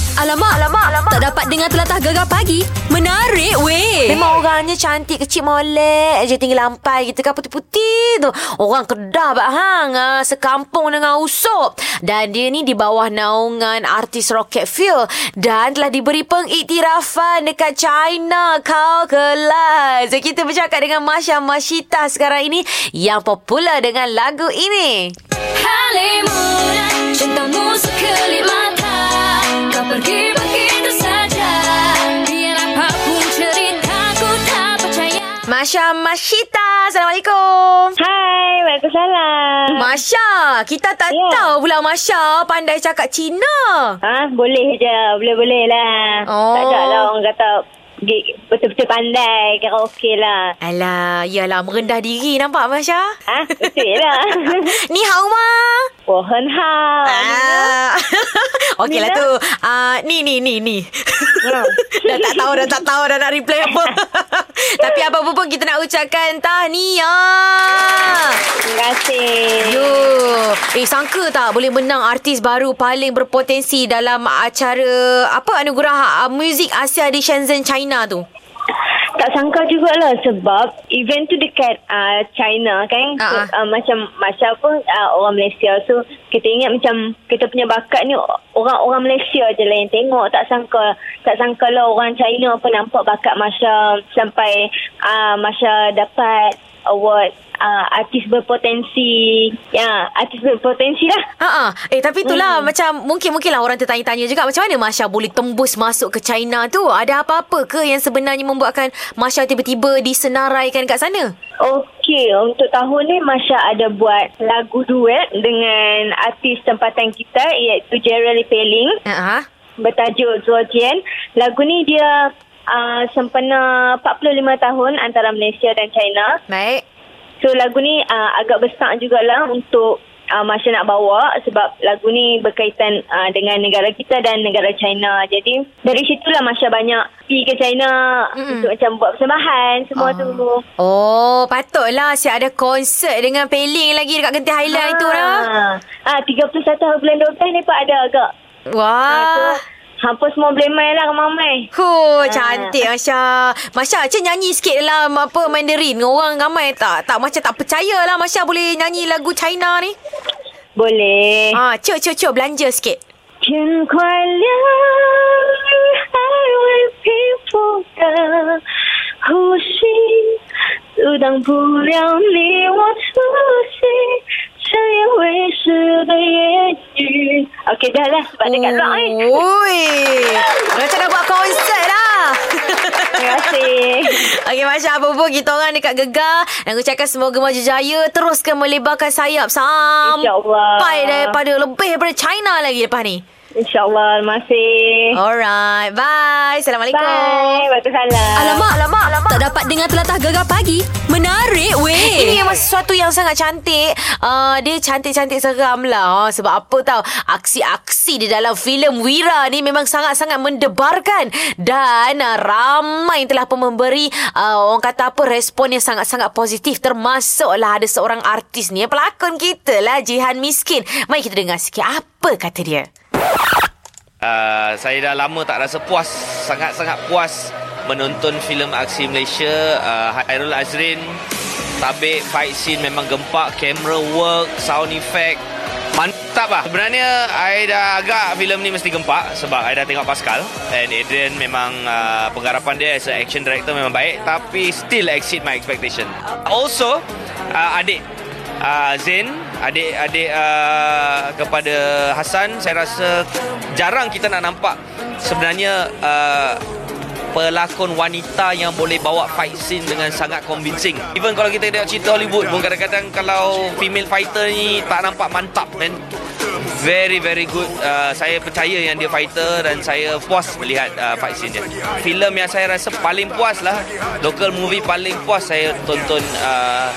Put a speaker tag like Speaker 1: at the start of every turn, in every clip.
Speaker 1: Alamak, alamak, alamak. Tak dapat dengar telatah gegar pagi. Menarik weh.
Speaker 2: Memang orangnya cantik kecil molek je tinggi lampai gitu kan putih-putih tu. Orang Kedah bak hang ah, sekampung dengan Usop. Dan dia ni di bawah naungan artis Rocket Fuel dan telah diberi pengiktirafan dekat China kau kelas. So, kita bercakap dengan Masya Mashita sekarang ini yang popular dengan lagu ini.
Speaker 1: Halimun, cintamu sekelip mata. Kau pergi begitu saja. Biar apapun ceritaku tak percaya.
Speaker 2: Masya Mashita, Assalamualaikum.
Speaker 3: Hai, Waalaikumsalam.
Speaker 2: Masya, kita tak
Speaker 3: Ya.
Speaker 2: tahu pula Masya pandai cakap Cina.
Speaker 3: Ha, boleh je. Boleh-boleh lah.
Speaker 2: Oh.
Speaker 3: Tak ada lah orang kata gig betul-betul pandai karaoke lah.
Speaker 2: Alah, yalah merendah diri nampak Masya.
Speaker 3: Ha, betul lah.
Speaker 2: Ni hao ma.
Speaker 3: 我很好.
Speaker 2: Ah. Okey lah
Speaker 3: Nina?
Speaker 2: tu. Ah, ni ni ni ni. dah tak tahu dah tak tahu dah nak reply apa. Tapi apa-apa pun kita nak ucapkan tahniah.
Speaker 3: Terima kasih.
Speaker 2: Yo, eh sangka tak boleh menang artis baru paling berpotensi dalam acara apa anugerah uh, muzik Asia di Shenzhen China tu.
Speaker 3: Tak sangka jugalah sebab event tu dekat uh, China kan. So,
Speaker 2: Ah, ah.
Speaker 3: uh, macam Masya pun uh, orang Malaysia. So kita ingat macam kita punya bakat ni orang-orang Malaysia je lah yang tengok. Tak sangka tak sangka lah orang China pun nampak bakat Masya sampai uh, Masya dapat award uh, artis berpotensi. Ya, artis berpotensi lah.
Speaker 2: Ha Eh tapi itulah hmm. macam mungkin-mungkinlah orang tertanya-tanya juga macam mana Masya boleh tembus masuk ke China tu? Ada apa-apa ke yang sebenarnya membuatkan Masya tiba-tiba disenaraikan kat sana?
Speaker 3: Okey, untuk tahun ni Masya ada buat lagu duet dengan artis tempatan kita iaitu Gerald Peling
Speaker 2: Ha
Speaker 3: bertajuk Zuojian. Lagu ni dia uh, sempena 45 tahun antara Malaysia dan China.
Speaker 2: Baik.
Speaker 3: So lagu ni uh, agak besar jugalah untuk uh, Masya nak bawa sebab lagu ni berkaitan uh, dengan negara kita dan negara China. Jadi dari situlah Masya banyak pergi ke China
Speaker 2: Mm-mm.
Speaker 3: Mm-mm. untuk macam buat persembahan semua
Speaker 2: Ah.
Speaker 3: uh. tu.
Speaker 2: Oh, patutlah siap ada konsert dengan Peling lagi dekat Genting Highland ha. itu dah.
Speaker 3: Ah, 31 hari bulan 12 ni pun ada agak. Ah. so,
Speaker 2: Wah.
Speaker 3: hampa semua boleh main lah ramai-ramai.
Speaker 2: Huh,
Speaker 3: Ah.
Speaker 2: cantik Masya. Masya, Cik nyanyi sikit dalam apa Mandarin. Orang ramai tak tak macam tak percaya lah Masya boleh nyanyi lagu China ni.
Speaker 3: Boleh. Ah.
Speaker 2: Ah, Cik, Cik, Cik, belanja sikit.
Speaker 3: 天快亮，爱为平复的呼吸阻挡不了你我出现，这也会是的言语。Okay, dah lah sebab dekat rock ni.
Speaker 2: Oi. Macam nak buat konsert lah.
Speaker 3: Terima kasih.
Speaker 2: Okey Masya apa pun kita orang dekat Gegar dan ucapkan semoga maju jaya teruskan melebarkan sayap
Speaker 3: InsyaAllah.
Speaker 2: sampai daripada lebih daripada China lagi lepas ni.
Speaker 3: InsyaAllah, terima kasih.
Speaker 2: Alright, bye. Assalamualaikum.
Speaker 3: Eh. Bye. Waalaikumsalam.
Speaker 1: Alamak, alamak, alamak. Tak dapat dengar telatah gegar pagi. Menarik weh.
Speaker 2: Ini memang sesuatu yang sangat cantik. Uh, dia cantik-cantik seram lah. Ha, sebab apa tahu aksi-aksi di dalam filem Wira ni memang sangat-sangat mendebarkan. Dan uh, ramai yang telah pun memberi uh, orang kata apa respon yang sangat-sangat positif. Termasuklah ada seorang artis ni. Pelakon kita lah Jihan Miskin. Mari kita dengar sikit apa kata dia.
Speaker 4: Uh, saya dah lama tak rasa puas, sangat-sangat puas menonton filem aksi Malaysia. Uh, Hairul Azrin, tabik fight scene memang gempak, camera work, sound effect. Mantap lah. Sebenarnya, I dah agak filem ni mesti gempak sebab I dah tengok Pascal. And Adrian memang uh, penggarapan dia as a action director memang baik tapi still exceed my expectation. Also, uh, adik uh, Zain adik-adik uh, kepada Hasan saya rasa jarang kita nak nampak sebenarnya uh, pelakon wanita yang boleh bawa fight scene dengan sangat convincing. Even kalau kita tengok cerita Hollywood pun kadang-kadang kalau female fighter ni tak nampak mantap man. Very very good. Uh, saya percaya yang dia fighter dan saya puas melihat uh, fight scene dia. Filem yang saya rasa paling puas lah. Local movie paling puas saya tonton uh,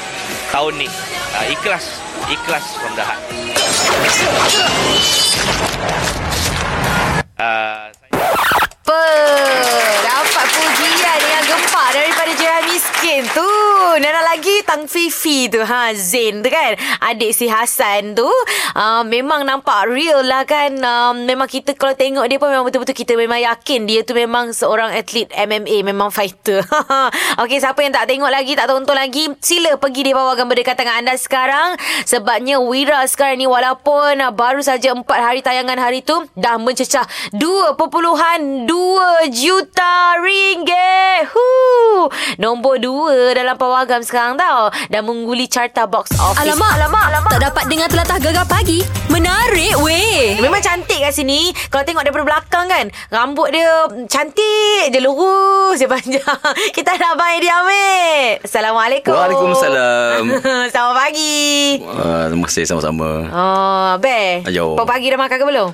Speaker 4: tahun ni. Uh, ikhlas. Ikhlas from the heart. Uh, Uh,
Speaker 2: Apa? Dapat pujian yang gempak daripada Jihan Miskin. miskin tu. Nana lagi Tang Fifi tu. Ha, Zain tu kan. Adik si Hasan tu. Uh, memang nampak real lah kan. Uh, memang kita kalau tengok dia pun memang betul-betul kita memang yakin. Dia tu memang seorang atlet MMA. Memang fighter. Okey, siapa yang tak tengok lagi, tak tonton lagi. Sila pergi di bawah gambar dekat tangan anda sekarang. Sebabnya Wira sekarang ni walaupun uh, baru saja 4 hari tayangan hari tu. Dah mencecah 2.2 juta ringgit. Huh. Nombor 2 dalam pawagam sekarang tau. Dah mengguli carta box office.
Speaker 1: Alamak, alamak, alamak. Tak dapat dengar telatah gegar pagi. Menarik weh.
Speaker 2: Memang cantik kat sini Kalau tengok daripada belakang kan Rambut dia cantik Dia lurus Dia panjang Kita ada abang dia Amir Assalamualaikum
Speaker 5: Waalaikumsalam.
Speaker 2: Selamat pagi
Speaker 5: Uh, terima kasih sama-sama.
Speaker 2: Oh, Be
Speaker 5: Ayo.
Speaker 2: Pagi dah makan ke belum?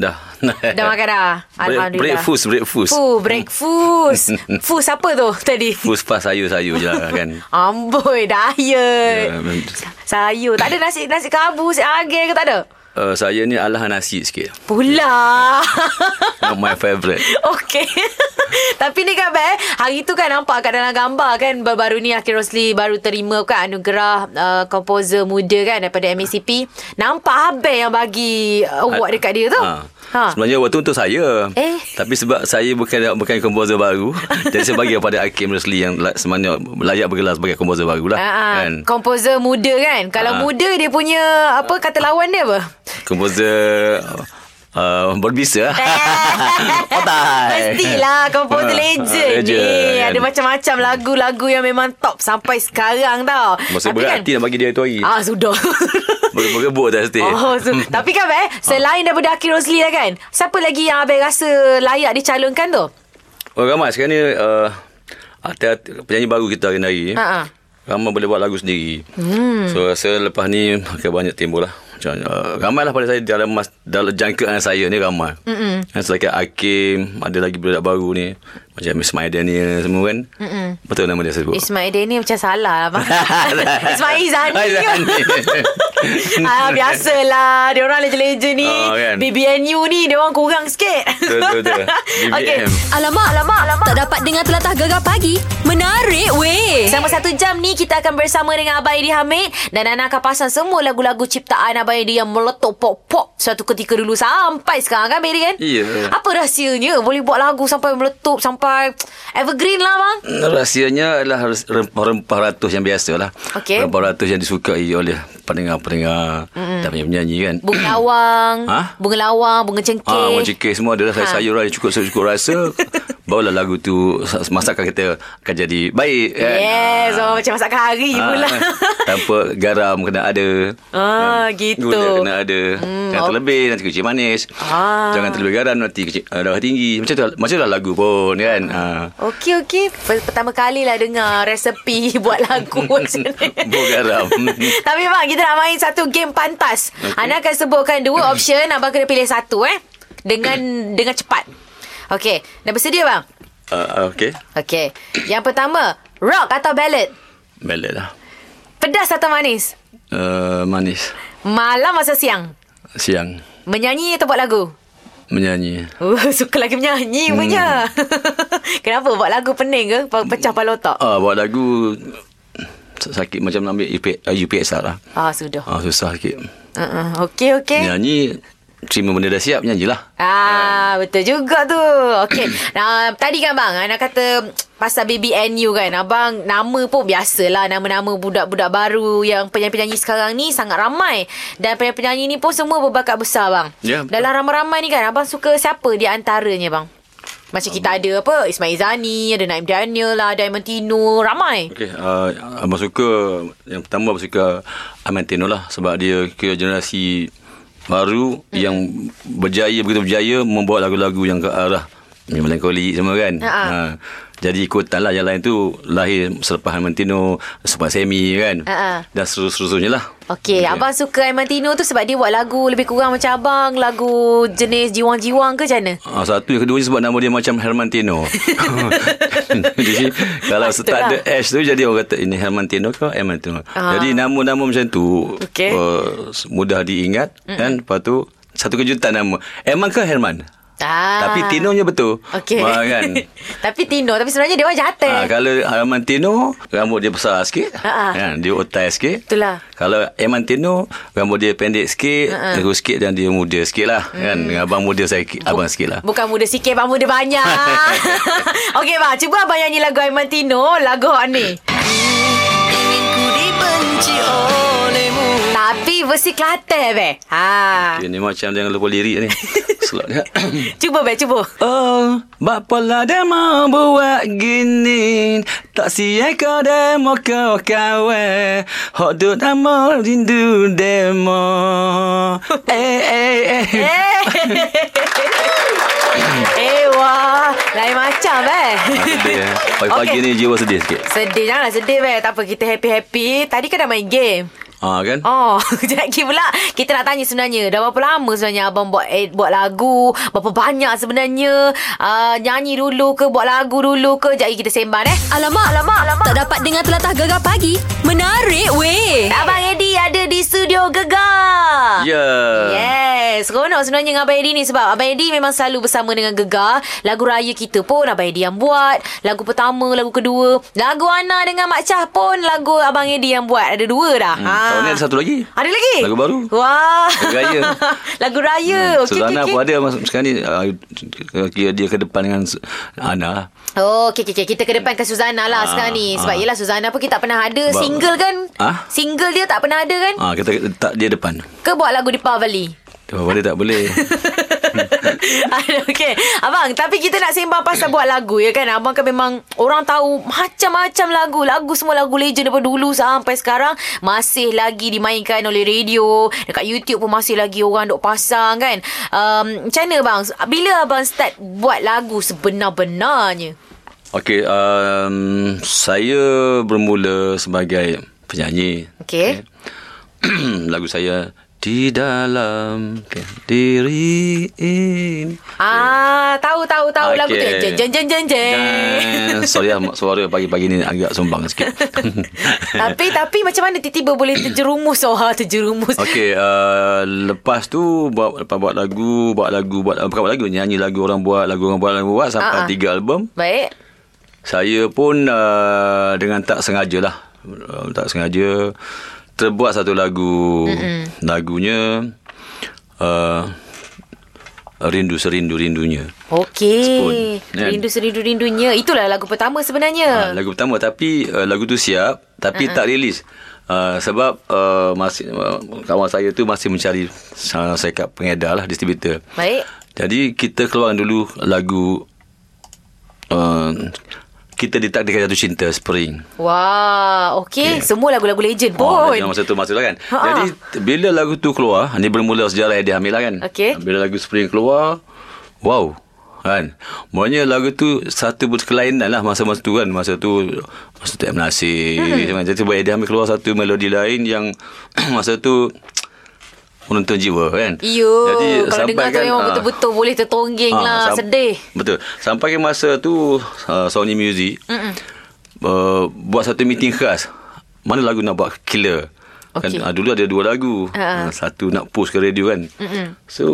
Speaker 5: Dah.
Speaker 2: Dah makan dah
Speaker 5: Break, breakfast, breakfast.
Speaker 2: Fuh, breakfast Fuh, siapa tu tadi?
Speaker 5: Fus pas sayur-sayur je lah kan.
Speaker 2: Amboi,
Speaker 5: Ya,
Speaker 2: diet
Speaker 5: mem-
Speaker 2: Sayur Tak ada nasi nasi kabus Nasi agil ke tak ada?
Speaker 5: uh, saya ni alah nasi sikit.
Speaker 2: Pula
Speaker 5: Not my favourite.
Speaker 2: Okey. Tapi ni kan Bel, hari tu kan nampak kat dalam gambar kan baru-baru ni Akhil Rosli baru terima kan anugerah uh, komposer muda kan daripada MACP. Nampak Abel yang bagi uh, award Oh, dekat dia tu.
Speaker 5: Ha. ha. Sebenarnya award tu untuk saya.
Speaker 2: Eh.
Speaker 5: Tapi sebab saya bukan bukan komposer baru, jadi saya bagi kepada Hakim Rosli yang la- sebenarnya layak bergelar sebagai komposer baru lah.
Speaker 2: Ah, ah,
Speaker 5: Kan?
Speaker 2: komposer muda kan. Kalau
Speaker 5: Ah.
Speaker 2: muda dia punya apa kata lawan dia apa?
Speaker 5: Komposer uh, berbisa. Otai.
Speaker 2: Pastilah
Speaker 5: Ah,
Speaker 2: Komposer legend, ni
Speaker 5: kan?
Speaker 2: Ada macam-macam lagu-lagu Yang memang top Sampai sekarang tau
Speaker 5: Maksud
Speaker 2: Tapi kan-
Speaker 5: berat hati lah, nak bagi dia tu hari.
Speaker 2: Ah sudah
Speaker 5: Bergebuk tak Siti?
Speaker 2: Oh, so, tapi kan eh Selain daripada Akhil Rosli lah kan Siapa lagi yang Abel rasa layak dicalonkan tu?
Speaker 5: Oh ramai sekarang ni uh, artis, penyanyi baru kita hari-hari.
Speaker 2: Ha, ha.
Speaker 5: Ramai boleh buat lagu sendiri. Hmm. So rasa lepas ni akan banyak timbul lah. Macam, uh, ramai lah pada saya dalam, mas, dalam jangkaan saya ni ramai. Mm-mm. Selain Hakim, ada lagi budak baru ni. Macam Ismail Daniel semua kan. Mm-mm. Betul nama dia saya sebut.
Speaker 2: Ismail dia ni macam salah abang. Ismail Izani ah, Biasalah Dia orang legend-legend ni
Speaker 5: kan? Oh, kan.
Speaker 2: BBNU ni Dia orang kurang sikit
Speaker 5: Betul, betul, betul.
Speaker 2: Okay
Speaker 5: BBM.
Speaker 1: Alamak, alamak, alamak. Tak dapat dengar telatah gegar pagi. Menarik weh.
Speaker 2: Selama satu jam ni kita akan bersama dengan Abang Edi Hamid dan Nana akan pasang semua lagu-lagu ciptaan Abang Edi yang meletup pop-pop suatu ketika dulu sampai sekarang kan Abang Edi kan?
Speaker 5: Ya.
Speaker 2: Apa rahsianya boleh buat lagu sampai meletup sampai evergreen lah bang?
Speaker 5: Rahsianya adalah res- rempah-rempah ratus yang biasa lah.
Speaker 2: Okey.
Speaker 5: Rempah ratus yang disukai oleh pendengar-pendengar dan penyanyi-penyanyi kan.
Speaker 2: Bunga lawang,
Speaker 5: Ha?
Speaker 2: bunga lawang, bunga cengkeh.
Speaker 5: Ah, macam cengkeh semua adalah
Speaker 2: Ha.
Speaker 5: ha. sayur yang cukup cukup rasa. Barulah lagu tu sa- masakan kita akan jadi baik kan.
Speaker 2: Yes,
Speaker 5: Ah.
Speaker 2: oh, macam masakan hari
Speaker 5: Ah,
Speaker 2: pula.
Speaker 5: Tanpa garam kena ada.
Speaker 2: Ah, gitu.
Speaker 5: Gula Kan? kena ada. Hmm, Jangan
Speaker 2: ok.
Speaker 5: terlebih nanti kucing manis.
Speaker 2: Ah.
Speaker 5: Jangan terlebih garam nanti kucing uh, darah tinggi. Macam tu macam tu lah lagu pun kan. Ah.
Speaker 2: Okey, okey. Per- Pertama kali lah dengar resepi buat lagu macam ni.
Speaker 5: Bau garam.
Speaker 2: Tapi bang, kita nak main satu game pantas. Okay.
Speaker 5: Okey. Hmm.
Speaker 2: Ana akan sebutkan dua option. Abang kena pilih satu eh. Dengan dengan cepat. Okey. Dah bersedia bang?
Speaker 5: Ah, ah, Okey.
Speaker 2: Okey. Yang pertama, rock atau ballad?
Speaker 5: Balik lah.
Speaker 2: Pedas atau manis?
Speaker 5: Uh, manis.
Speaker 2: Malam masa siang?
Speaker 5: Siang.
Speaker 2: Menyanyi atau buat lagu?
Speaker 5: Menyanyi.
Speaker 2: Uh, suka lagi menyanyi hmm. punya. Kenapa buat lagu pening ke? Pa- Pecah pala otak.
Speaker 5: Ah, buat lagu sakit macam nak ambil UP, ah, UPSR lah.
Speaker 2: Ah, sudah.
Speaker 5: Ah, susah sikit.
Speaker 2: Uh-uh. Okey, okey.
Speaker 5: Nyanyi Terima benda dah siap Nyanyilah
Speaker 2: Ah, betul juga tu. Okey. Nah, tadi kan bang, Ana kata pasal BBNU kan. Abang nama pun biasalah nama-nama budak-budak baru yang penyanyi-penyanyi sekarang ni sangat ramai dan penyanyi-penyanyi ni pun semua berbakat besar bang.
Speaker 5: Ya, betul.
Speaker 2: Dalam ramai-ramai ni kan, abang suka siapa di antaranya bang? Macam
Speaker 5: Um.
Speaker 2: kita ada apa Ismail Zani Ada Naim Daniel lah Ada Aiman Tino Ramai
Speaker 5: Okey, uh, abang suka yang pertama abang suka Amantino lah sebab dia kira generasi baru
Speaker 2: Hmm.
Speaker 5: mm. yang berjaya begitu berjaya membawa lagu-lagu yang ke arah yang melankoli semua kan.
Speaker 2: Ha-ha.
Speaker 5: Ha. Jadi ikutan lah yang lain tu lahir selepas Amantino, selepas Semi kan.
Speaker 2: Ha-ha.
Speaker 5: Dan seterus-seterusnya lah.
Speaker 2: Ah, Okey, okay. abang suka Aiman Tino tu sebab dia buat lagu lebih kurang macam abang, lagu jenis jiwang-jiwang ke macam mana?
Speaker 5: Ah, satu yang kedua sebab nama dia macam Hermantino. jadi kalau
Speaker 2: Patutlah.
Speaker 5: tak ada S tu jadi orang kata ini Hermantino ke Hermantino.
Speaker 2: lah. Ah.
Speaker 5: Jadi nama-nama macam tu eh,
Speaker 2: Okey.
Speaker 5: uh, mudah diingat mm kan. Lepas tu satu kejutan nama. Herman ke Herman?
Speaker 2: Ah.
Speaker 5: Tapi Tino punya betul.
Speaker 2: Okey.
Speaker 5: Ah, kan?
Speaker 2: tapi Tino. Tapi sebenarnya dia orang jahat.
Speaker 5: Ah, kalau Arman Tino, rambut dia besar sikit.
Speaker 2: Ah, lah. ah.
Speaker 5: Kan? Dia otai sikit.
Speaker 2: Itulah.
Speaker 5: Kalau Arman Tino, rambut dia pendek sikit,
Speaker 2: Ah,
Speaker 5: terus sikit dan dia muda sikit lah. Kan?
Speaker 2: Hmm.
Speaker 5: Dengan abang muda saya, abang sikit lah.
Speaker 2: Bukan muda sikit, bang muda banyak. Okey, bang. Cuba abang nyanyi lagu Aiman Tino. Lagu hot ni. Tapi versi Kelantan, be. Ha.
Speaker 5: Okay, ni macam jangan lupa lirik ni. Slot dia.
Speaker 2: Cuba, be. Cuba.
Speaker 5: Oh, bapalah demo buat gini Tak siya kau demo kau kawe Hok du demo rindu demo Eh eh eh
Speaker 2: Eh. eh, wah. Lain macam, be.
Speaker 5: Ah, sedih, eh. Pagi-pagi
Speaker 2: Okey.
Speaker 5: ni jiwa sedih sikit
Speaker 2: Sedih janganlah sedih weh Tak apa kita happy-happy Tadi kan dah main game
Speaker 5: Ah kan?
Speaker 2: Oh Jadi pula Kita nak tanya sebenarnya Dah berapa lama sebenarnya Abang buat eh, buat lagu Berapa banyak sebenarnya uh, Nyanyi dulu ke Buat lagu dulu ke Jadi kita sembang eh
Speaker 1: Alamak, alamak, alamak. Tak dapat dengar telatah gegar pagi. Menarik weh.
Speaker 2: Abang Eddie ada di studio Gegar
Speaker 5: Ya
Speaker 2: Yes Seronok sebenarnya dengan Abang Eddie ni Sebab Abang Eddie memang selalu bersama dengan Gegar Lagu raya kita pun Abang Eddie yang buat Lagu pertama, lagu kedua Lagu Ana dengan Mak Cah pun Lagu Abang Eddie yang buat Ada dua dah
Speaker 5: Hmm, Tahun ni ada satu lagi
Speaker 2: Ah. Ada lagi?
Speaker 5: Lagu baru.
Speaker 2: Wah
Speaker 5: Lagu raya.
Speaker 2: Lagu raya
Speaker 5: Hmm,
Speaker 2: hmm. okay, okay,
Speaker 5: Suzana
Speaker 2: okay.
Speaker 5: pun ada mas- sekarang ni ah, kira dia ke depan dengan Su- Ana lah
Speaker 2: Oh okay, okay, okay. Kita ke depan ke Suzana lah
Speaker 5: Ah,
Speaker 2: sekarang ni Sebab
Speaker 5: ah.
Speaker 2: yelah Suzana pun kita tak pernah ada
Speaker 5: Ba-
Speaker 2: Single kan
Speaker 5: Ah?
Speaker 2: Single dia tak pernah ada kan
Speaker 5: Ah, kita letak dia depan
Speaker 2: Ke buat lagu Deepavali
Speaker 5: Dia boleh tak boleh
Speaker 2: Aduh, Hmm. okay. Abang, tapi kita nak sembang pasal buat lagu ya kan. Abang kan memang orang tahu macam-macam lagu. Lagu semua lagu legend daripada dulu sampai sekarang masih lagi dimainkan oleh radio. Dekat YouTube pun masih lagi orang duk pasang kan. Um, macam mana bang? Bila abang start buat lagu sebenar-benarnya?
Speaker 5: Okey, um, saya bermula sebagai penyanyi.
Speaker 2: Okey.
Speaker 5: Lagu saya di dalam diri ini.
Speaker 2: Ah, tahu tahu tahu lagu tu. Jeng jeng jeng jeng jeng.
Speaker 5: Dan- Sorry lah, mak suara pagi-pagi ni agak sumbang sikit.
Speaker 2: tapi tapi macam mana tiba-tiba boleh terjerumus orang terjerumus.
Speaker 5: Okey, uh, lepas tu buat lepas buat lagu, buat lagu, buat bukan buat lagu, nyanyi lagu orang buat, lagu orang buat, lagu orang buat sampai
Speaker 2: Ah, ah.
Speaker 5: tiga album.
Speaker 2: Baik.
Speaker 5: Saya pun uh, dengan tak sengaja lah. Uh, tak sengaja terbuat satu lagu. Mm-mm. Lagunya uh, Rindu Serindu Rindunya.
Speaker 2: Okey.
Speaker 5: Spoon, kan?
Speaker 2: Rindu serindu rindunya. Itulah lagu pertama
Speaker 5: Uh,
Speaker 2: sebenarnya.
Speaker 5: lagu pertama tapi uh, lagu tu siap tapi uh-huh. tak rilis. Uh, sebab uh, masih uh, kawan saya tu masih mencari uh, sekat pengedar lah distributor.
Speaker 2: Baik.
Speaker 5: Jadi kita keluarkan dulu lagu uh, kita ditakdirkan jatuh cinta spring.
Speaker 2: Wah, okey.
Speaker 5: Okey.
Speaker 2: Semua lagu-lagu legend pun.
Speaker 5: Oh, yang masa tu masa tu kan.
Speaker 2: Ha.
Speaker 5: Jadi t- bila lagu tu keluar, ni bermula sejarah Eddie Hamil lah kan.
Speaker 2: Okey.
Speaker 5: Bila lagu Spring keluar, wow. Kan. Maknanya lagu tu satu berkelainan lah masa-masa tu kan. Masa tu masa tu M. Nasir. Hmm. Jadi tiba Eddie Hamil keluar satu melodi lain yang masa tu menonton jiwa kan.
Speaker 2: Yo,
Speaker 5: Jadi
Speaker 2: kalau dengar tu
Speaker 5: sampaikan,
Speaker 2: memang
Speaker 5: ah,
Speaker 2: betul-betul boleh tertongging
Speaker 5: Ah,
Speaker 2: lah.
Speaker 5: sam-
Speaker 2: Sedih.
Speaker 5: Betul. Sampai ke masa tu uh, Sony Music uh, buat satu meeting khas. Mana lagu nak buat killer.
Speaker 2: Okey.
Speaker 5: Kan, uh, dulu ada dua lagu.
Speaker 2: Ha.
Speaker 5: Uh, satu nak post ke radio kan. Mm-mm. So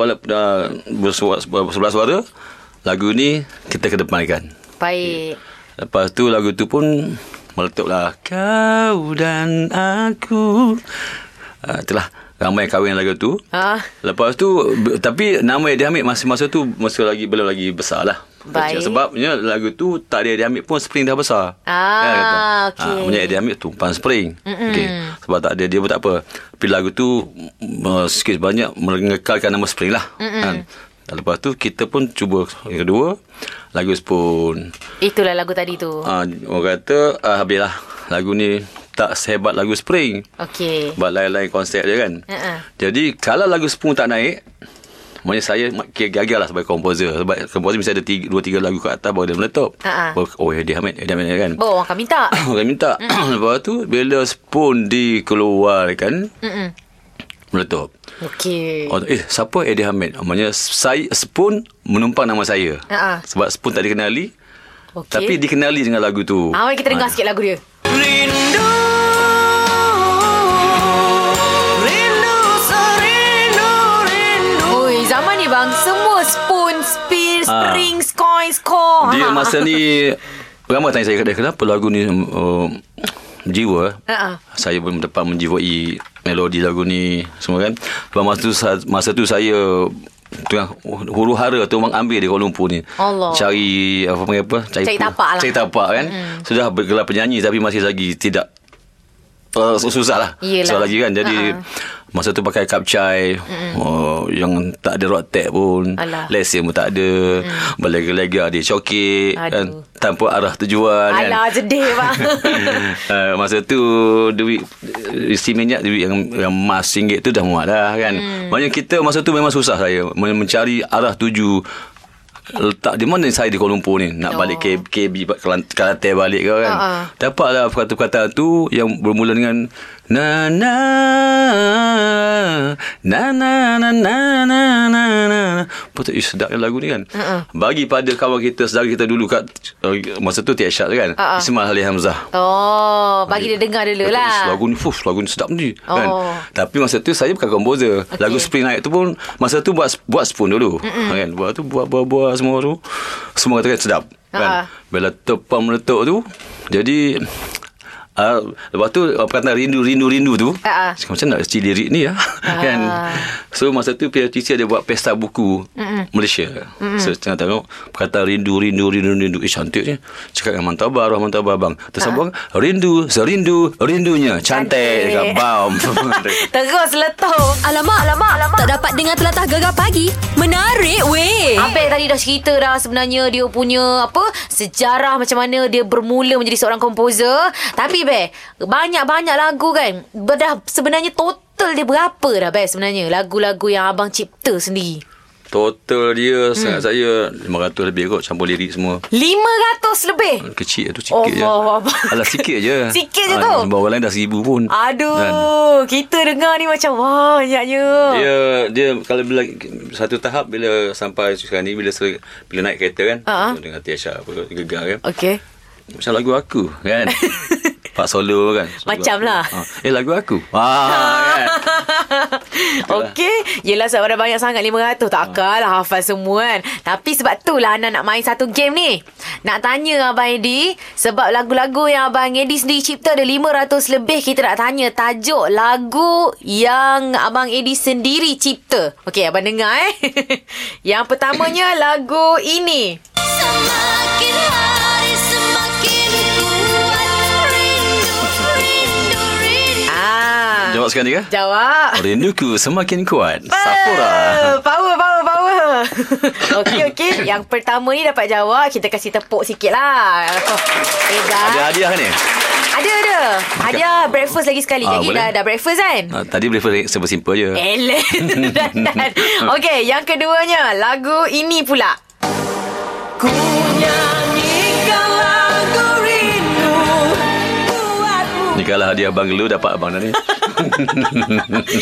Speaker 5: walaupun uh, bersuara, sebelah suara lagu ni kita kedepankan.
Speaker 2: Baik.
Speaker 5: Lepas tu lagu tu pun meletuplah kau dan aku. Uh, itulah ramai kahwin lagu tu.
Speaker 2: Ah.
Speaker 5: Lepas tu b- tapi nama Eddie Hamid masa masa tu masa lagi belum lagi besar lah.
Speaker 2: Baik.
Speaker 5: Sebabnya lagu tu tak ada Eddie Hamid pun Spring dah besar.
Speaker 2: Ah,
Speaker 5: Ya, kata.
Speaker 2: okey.
Speaker 5: Ah, punya Eddie Hamid tumpan Spring. Okey. Sebab tak ada dia pun tak apa. Tapi lagu tu mm, uh, sikit banyak mengekalkan nama Spring lah. Kan. Dan Lepas tu kita pun cuba yang kedua lagu Spoon.
Speaker 2: Itulah lagu tadi tu.
Speaker 5: Ah, orang kata ah, habislah lagu ni tak sehebat lagu Spring.
Speaker 2: Okey.
Speaker 5: Sebab lain-lain konsep dia kan.
Speaker 2: Ha-ha.
Speaker 5: Jadi kalau lagu Sepung tak naik, maknanya saya mak- kira gagal lah sebagai komposer. Sebab komposer mesti ada tiga, dua tiga lagu kat atas baru dia meletup.
Speaker 2: Ha-ha.
Speaker 5: Baru, oh, Eddie Hamid, Eddie Hamid kan.
Speaker 2: Bawa orang akan minta.
Speaker 5: Orang minta.
Speaker 2: Hmm.
Speaker 5: Lepas tu bila Spoon dikeluarkan,
Speaker 2: Mm-mm.
Speaker 5: meletup.
Speaker 2: Okey.
Speaker 5: Oh, eh, siapa Eddie Hamid? Maknanya saya, Spoon menumpang nama saya.
Speaker 2: Ha-ha.
Speaker 5: Sebab Spoon tak dikenali.
Speaker 2: Okey.
Speaker 5: Tapi dikenali dengan lagu tu.
Speaker 2: Ah, mari kita dengar
Speaker 5: Ah.
Speaker 2: sikit lagu dia.
Speaker 5: Rindu Rindu serindu rindu
Speaker 2: Oi, zaman ni bang, semua spoon Spring Coin Score
Speaker 5: Ah. Dia
Speaker 2: Ha.
Speaker 5: masa ni Ramai tanya saya Kenapa lagu ni uh, Jiwa
Speaker 2: Ha-ha.
Speaker 5: Saya pun dapat menjiwai Melodi lagu ni Semua kan Lepas masa tu sa- Masa tu saya tengah huru hara tu orang ambil di Kuala Lumpur ni.
Speaker 2: Allah.
Speaker 5: Cari apa panggil apa?
Speaker 2: Cari tapak lah.
Speaker 5: Cari tapak kan. Mm. Sudah bergelar penyanyi tapi masih lagi tidak uh, sus- susah lah.
Speaker 2: Yelah.
Speaker 5: Susah lagi kan. Jadi masa tu pakai kapcai uh, yang tak ada rock tag
Speaker 2: Hmm.
Speaker 5: pun.
Speaker 2: Alah. Hmm.
Speaker 5: Lesen pun tak ada. Mm. Berlega-lega dia cokek
Speaker 2: Aduh.
Speaker 5: kan, tanpa arah tujuan kan.
Speaker 2: Alah sedih bang
Speaker 5: uh, masa tu duit eh, isi minyak duit yang yang emas ringgit tu dah muat dah kan. Hmm. Maknanya kita masa tu memang susah saya men- mencari arah tuju letak di mana saya di Kuala Lumpur ni nak
Speaker 2: Oh.
Speaker 5: oh. balik K- KB ba- Kelan- Kelantan balik ke kan.
Speaker 2: Ha-ha.
Speaker 5: Uh-uh. Dapatlah perkataan-perkataan tu yang bermula dengan na na na na na na na na na. Patut eh, sedap kan lagu ni kan. Uh-uh. Bagi pada kawan kita saudara kita dulu kat uh, masa tu Tiap Syad tu kan.
Speaker 2: Ha-ha.
Speaker 5: Uh-uh. Ismail Halil Hamzah.
Speaker 2: Oh Bagi dia dengar dulu
Speaker 5: Kata, "Ush,
Speaker 2: lah
Speaker 5: Lagu ni fuh, lagu ni sedap ni
Speaker 2: Oh.
Speaker 5: oh. kan. Tapi masa tu saya bukan komposer. Okay. Lagu Spring Night tu pun masa tu buat buat spoon dulu. Mm-mm. Kan. Buat tu buat buat buat semua tu. Semua katakan sedap.
Speaker 2: Ha.
Speaker 5: Kan. Bila tepam meletup tu jadi Uh, lepas tu uh, perkataan rindu rindu rindu tu
Speaker 2: Ha, ha.
Speaker 5: Cakap macam nak reti lirik ni lah
Speaker 2: Ah.
Speaker 5: kan So masa tu PRTC ada buat pesta buku Mm-mm. Malaysia Mm-mm. So tengah tengok Perkataan rindu rindu rindu rindu Eh cantik ni Cakap dengan Mantabah Arwah Mantabah abang Tersambung
Speaker 2: Ah.
Speaker 5: uh Rindu serindu rindunya Cantik Cakap bam
Speaker 2: Terus letup
Speaker 1: Alamak, alamak, alamak. Tak dapat dengar telatah gegar pagi. Menarik weh.
Speaker 2: Apek tadi dah cerita dah sebenarnya dia punya apa sejarah macam mana dia bermula menjadi seorang komposer. Tapi be banyak-banyak lagu kan. Dah sebenarnya total dia berapa dah be sebenarnya lagu-lagu yang abang cipta sendiri.
Speaker 5: Total
Speaker 2: Mm.
Speaker 5: dia sangat saya 500 lebih kot Campur lirik semua
Speaker 2: 500 lebih.
Speaker 5: Kecil tu sikit je
Speaker 2: Allah abang.
Speaker 5: Alah sikit je
Speaker 2: Sikit je
Speaker 5: Ah,
Speaker 2: tu.
Speaker 5: sebab Orang lain dah seribu pun Kan?
Speaker 2: Aduh, kita dengar ni macam wah banyaknya.
Speaker 5: Dia dia kalau bila satu tahap bila sampai sekarang ni bila sel- bila naik kereta kan
Speaker 2: Ha.
Speaker 5: dengan Tiasha apa gegar kan.
Speaker 2: Okey.
Speaker 5: Macam lagu aku kan. Pak Solo kan. Lagu
Speaker 2: Macam
Speaker 5: aku.
Speaker 2: lah.
Speaker 5: Ha. Eh lagu aku. Ah kan.
Speaker 2: Okey Yelah sebab dah banyak sangat 500 Takkanlah hafal semua kan Tapi sebab tu lah Ana nak main satu game ni Nak tanya Abang Edi Sebab lagu-lagu yang Abang Edi sendiri cipta Ada 500 lebih Kita nak tanya Tajuk lagu Yang Abang Edi sendiri cipta Okey Abang dengar eh Yang pertamanya lagu ini
Speaker 1: Semakin hari semakin kuat. Rindu, rindu, rindu.
Speaker 2: Ah,
Speaker 5: Jawab sekali ke?
Speaker 2: Jawab
Speaker 5: Rinduku semakin kuat. lah?
Speaker 2: Ah,
Speaker 5: Sapura.
Speaker 2: Power, power, power. okey, okey. Yang pertama ni dapat jawab. Kita kasih tepuk sikit lah. Eh,
Speaker 5: Ada
Speaker 2: dah.
Speaker 5: hadiah ni.
Speaker 2: Ada, ada. Ada breakfast lagi sekali.
Speaker 5: Ah,
Speaker 2: Jadi
Speaker 5: boleh. Ah.
Speaker 2: dah, dah breakfast kan?
Speaker 5: Ha, tadi boleh serba simple je.
Speaker 2: Ellen. Dah, dah. okey, yang keduanya. Lagu ini pula. Ku nyanyikan lagu rindu buatmu.
Speaker 5: Ni kalau hadiah abang Gelu dapat abang dah
Speaker 2: Eh.
Speaker 5: ni.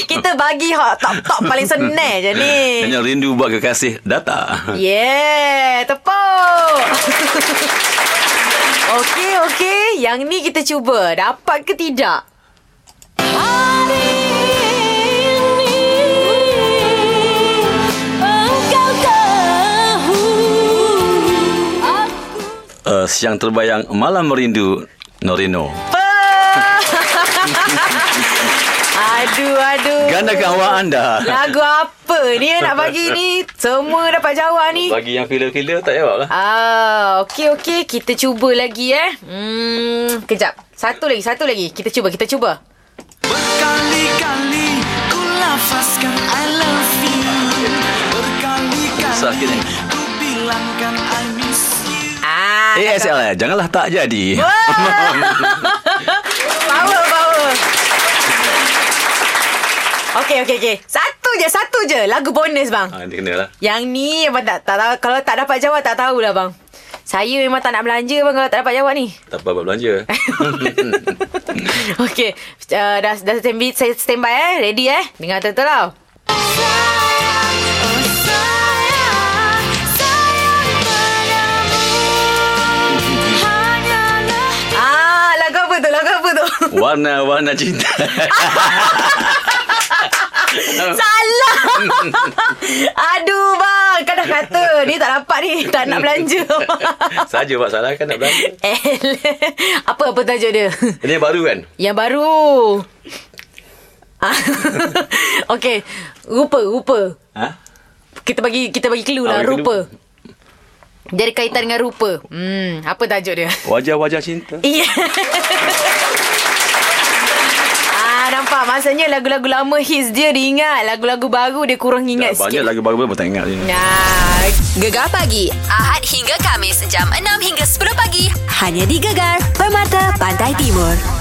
Speaker 2: Kita bagi hot top-top paling senang je ni.
Speaker 5: Hanya rindu buat kekasih data.
Speaker 2: Eh. Yeah, tepuk. okey, okey. Yang ni kita cuba. Dapat ke tidak?
Speaker 1: Hari ini engkau tahu Oh, aku
Speaker 5: Uh, siang terbayang malam merindu Norino.
Speaker 2: Apa? aduh, aduh.
Speaker 5: Gandakan awak anda.
Speaker 2: Lagu apa ni yang nak bagi ni? Semua dapat jawab ni.
Speaker 5: Bagi yang filler-filler tak jawab lah.
Speaker 2: Ah, okey okey, kita cuba lagi eh. Hmm, kejap. Satu lagi, satu lagi. Kita cuba, kita cuba.
Speaker 6: Berkali-kali ku lafazkan I love you
Speaker 5: Susah sikit ni.
Speaker 6: Berkali-kali ku bilangkan I miss you
Speaker 2: Ah,
Speaker 5: ASL eh, janganlah tak jadi.
Speaker 2: Power, power. Okey, okey, okey. Satu je, satu je. Lagu bonus, bang.
Speaker 5: Ha, dia kena lah.
Speaker 2: Yang ni, abang tak, tak tahu. Kalau tak dapat jawab, tak tahulah, bang. Saya memang tak nak belanja, bang, kalau tak dapat jawab ni.
Speaker 5: Tak apa abang belanja.
Speaker 2: Okey, uh, dah, dah stand, saya stand by, eh. Ready, eh. Dengar betul-betul tau.
Speaker 1: sayang oh sayang sayang padamu hanyalah
Speaker 2: Ah, lagu apa tu? Lagu apa tu?
Speaker 5: Warna-warna cinta.
Speaker 2: Salah Aduh bang Kau dah Mat kata Dia tak dapat ni Tak nak belanja
Speaker 5: Saja buat salah kan nak belanja.
Speaker 2: Eh, Apa apa tajuk dia
Speaker 5: Ini yang baru kan?
Speaker 2: Yang baru Ah, Okay Rupa Rupa
Speaker 5: Ha?
Speaker 2: Kita bagi Kita bagi clue lah
Speaker 5: Ah, bagi clue.
Speaker 2: Rupa Jadi kaitan dengan rupa Hmm Apa tajuk dia
Speaker 5: Wajah-wajah cinta.
Speaker 2: Iya. Ah, nampak maksudnya lagu-lagu lama hits dia diingat, lagu-lagu baru dia kurang
Speaker 5: Dah
Speaker 2: ingat
Speaker 5: banyak
Speaker 2: sikit.
Speaker 5: lagi baru-baru pun tak ingat. je.
Speaker 2: Nah,
Speaker 1: Gegar pagi Ahad hingga Kamis jam 6 hingga 10 pagi hanya di Gegar Permata Pantai Timur.